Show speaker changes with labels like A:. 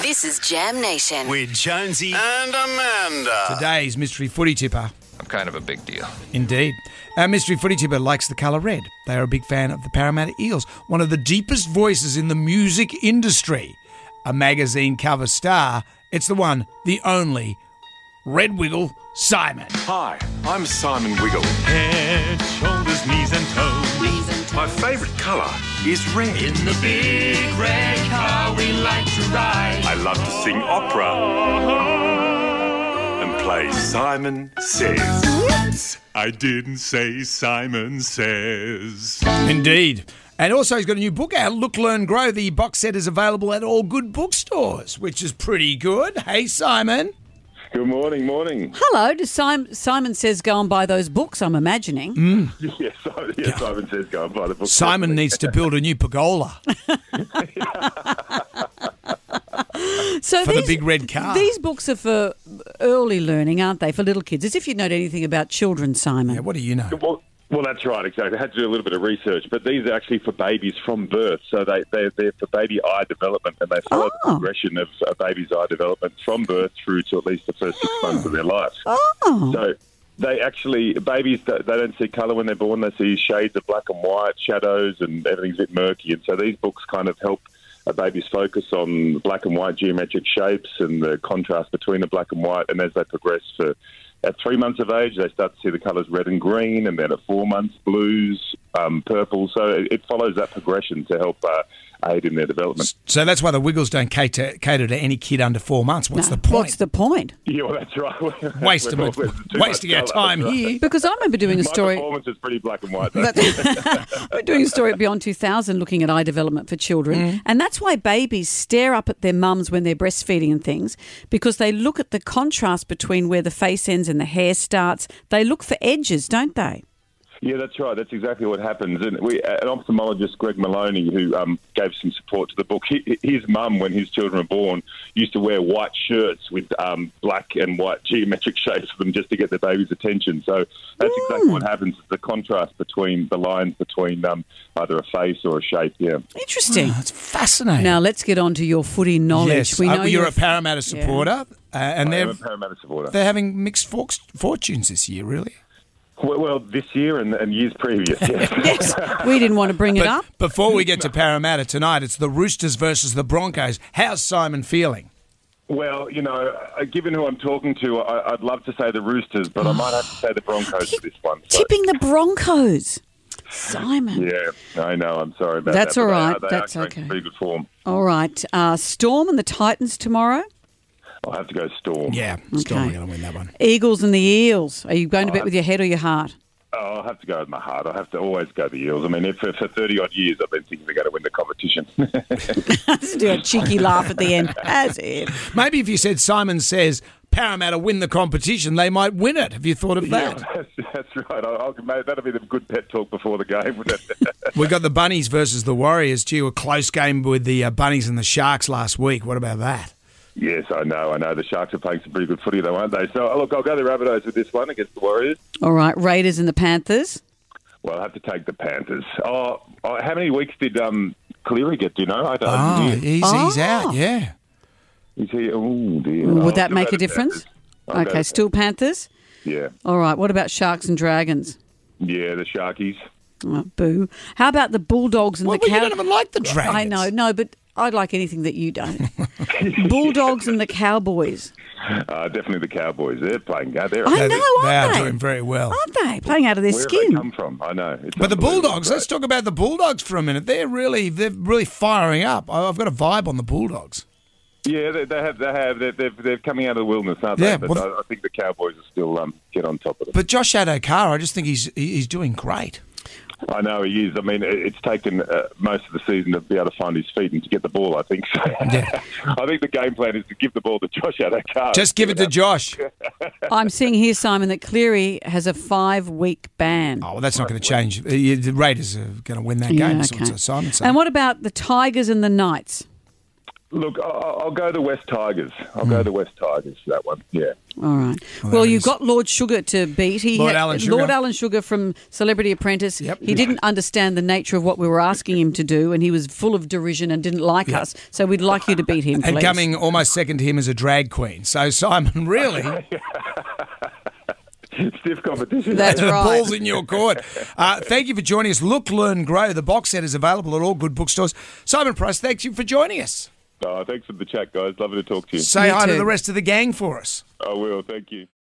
A: This is Jam Nation.
B: with Jonesy.
C: And Amanda.
D: Today's mystery footy tipper.
E: I'm kind of a big deal.
D: Indeed. Our mystery footy tipper likes the colour red. They are a big fan of the Parramatta Eels, one of the deepest voices in the music industry. A magazine cover star, it's the one, the only, Red Wiggle Simon.
F: Hi, I'm Simon Wiggle.
G: Head, shoulders, knees and toes.
F: My favourite colour is red.
G: In the big red car we like to ride.
F: I love to sing opera and play Simon Says. Whoops!
G: I didn't say Simon says.
D: Indeed. And also, he's got a new book out, Look, Learn, Grow. The box set is available at all good bookstores, which is pretty good. Hey, Simon.
H: Good morning, morning.
I: Hello, does Simon, Simon says go and buy those books? I'm imagining.
D: Mm.
H: yes, Simon, yes, Simon says go and buy the book.
D: Simon needs to build a new pergola.
I: So
D: For the
I: these,
D: big red car.
I: These books are for early learning, aren't they? For little kids, as if you know anything about children, Simon.
D: Yeah, what do you know?
H: Well, well, that's right, exactly. I had to do a little bit of research, but these are actually for babies from birth. So they, they're, they're for baby eye development and they follow the
I: Oh.
H: progression of a baby's eye development from birth through to at least the first six months of their life.
I: Oh,
H: So they actually, babies, they they don't see colour when they're born. They see shades of black and white, shadows, and everything's a bit murky. And so these books kind of help a baby's focus on black and white geometric shapes and the contrast between the black and white. And as they progress to at three months of age, they start to see the colours red and green, and then at four months, blues, um, purple. So it, it follows that progression to help uh, aid in their development.
D: So that's why the Wiggles don't cater, cater to any kid under four months. What's the point?
I: What's the point?
H: Yeah, well, that's right.
D: Wasting, my-
H: We're all- we're too
D: wasting
H: much
D: our
H: colour,
D: time
H: that's right.
D: here.
I: Because I remember doing a
H: My
I: story.
H: performance is pretty black and white. though.
I: That's- We're doing a story at Beyond 2000 looking at eye development for children.
D: Mm.
I: And that's why babies stare up at their mums when they're breastfeeding and things because they look at the contrast between where the face ends and the hair starts. They look for edges, don't they?
H: Yeah, that's right. That's exactly what happens. And we, an ophthalmologist, Greg Maloney, who um, gave some support to the book, he, his mum, when his children were born, used to wear white shirts with um, black and white geometric shapes for them just to get their baby's attention. So that's exactly
I: Mm.
H: what happens: the contrast between the lines between um, either a face or a shape. Yeah.
I: Interesting.
D: Ah, That's fascinating.
I: Now let's get on to your footy
D: yes,
I: knowledge.
D: uh, you're, a Parramatta
I: yeah.
D: supporter, uh, and
H: I am
D: they're
H: a Parramatta supporter.
D: they're having mixed forks, fortunes this year, really.
H: Well, well, this year and, and years previous. Yeah.
I: Yes, we didn't want to bring it up.
D: But before we get to Parramatta tonight, it's the Roosters versus the Broncos. How's Simon feeling?
H: Well, you know, uh, given who I'm talking to, I, I'd love to say the Roosters, but I might have to say the Broncos for this one. so-
I: Tipping the Broncos, Simon.
H: Yeah, I know. I'm sorry about
I: That's
H: that. but
I: all
H: they
I: right,
H: are- They
I: that's
H: are going to
I: okay.
H: Pretty good form.
I: All right, uh, Storm and the Titans tomorrow.
H: I'll have to go Storm.
D: Yeah, Storm going to win that one.
I: Eagles and the Eels. Are you going to bet with your head or your heart?
H: Oh, I'll have to go with my heart. I have to always go the Eels. I mean, if, for 30 odd years, I've been thinking they're going to win the competition.
I: Just do a cheeky laugh at the end. That's it.
D: Maybe if you said Simon says Parramatta win the competition, they might win it. Have you thought of that?
H: that's, that's right. I'll, I'll, that'll be the good pet talk before the game. wouldn't it?
D: We got the Bunnies versus the Warriors. Gee, a close game with the uh, Bunnies and the Sharks last week. What about that?
H: yes, I know. I know. The Sharks are playing some pretty good footy, though, aren't they? So, oh, look, I'll go the Rabbitohs with this one against the Warriors.
I: All right, Raiders and the Panthers.
H: Well, I have to take the Panthers. Oh, oh how many weeks did um, Cleary get? Do you know? I don't
I: Ah,
D: Oh,
H: know.
D: he's, he's out. Yeah.
H: Is he? Oh, dear.
I: Would
H: I'll
I: that
H: go
I: make a
H: the
I: difference?
H: Panthers. I'll go
I: okay,
H: the
I: still Panthers.
H: Yeah.
I: All right, what about Sharks and Dragons?
H: Yeah, the Sharkies.
I: Oh, boo. How about the Bulldogs and
D: Well,
I: the
D: you
I: Cow-
D: don't even like the Dragons.
I: I know, no, but I like anything that you don't. Bulldogs and the Cowboys.
H: Uh, definitely the Cowboys. They're playing. uh, They're
I: I
D: they-
I: know, aren't
D: they are
I: they?
D: doing very well.
I: Aren't they? Playing out of their
H: where have they
I: skin.
H: come from? I know. It's
D: But the
H: unbelievable.
D: Bulldogs, let's talk about the Bulldogs for a minute. They're really they're really firing up. I- I've got a vibe on the Bulldogs.
H: Yeah, they, they have. They have. They're, they're, they're coming out of the wilderness, aren't
D: Yeah,
H: they? But
D: well-
H: I, I think the Cowboys will still um, get on top of it.
D: But Josh Adokar, I just think he's he- he's doing great.
H: I know he is. I mean, it- it's taken uh, most of the season to be able to find his feet and to get the ball. I think. So I think the game plan is to give the ball to Josh Adakar.
D: Just give it to Josh. Oh,
I: I'm seeing here, Simon, that Cleary has a five week ban.
D: well, that's not going to change. Uh, you- The Raiders are going to win that
I: Yeah,
D: game. So
I: okay.
D: it's a Simon
I: And
D: saying.
I: what about the Tigers and the Knights?
H: Look, I- I- I'll go to West Tigers. I'll
D: Hmm.
H: go to West Tigers for that one. Yeah.
I: All right. Well, you got Lord Sugar to beat. He
D: Lord Alan Sugar.
I: Lord Alan Sugar from Celebrity Apprentice.
D: Yep.
I: He didn't understand the nature of what we were asking him to do, and he was full of derision and didn't like us. So we'd like you to beat him,
D: And
I: please.
D: coming almost second to him is a drag queen. So Simon, really,
H: Stiff competition.
I: That's
D: the
I: right.
D: ball's in your court. Uh, thank you for joining us. Look, learn, grow. The box set is available at all good bookstores. Simon Price, thank you for joining us.
H: Uh, Oh, thanks for the chat, guys. Lovely to talk to you.
D: Say
I: You
D: hi to
I: too.
D: the rest of the gang for us.
H: I will. Thank you.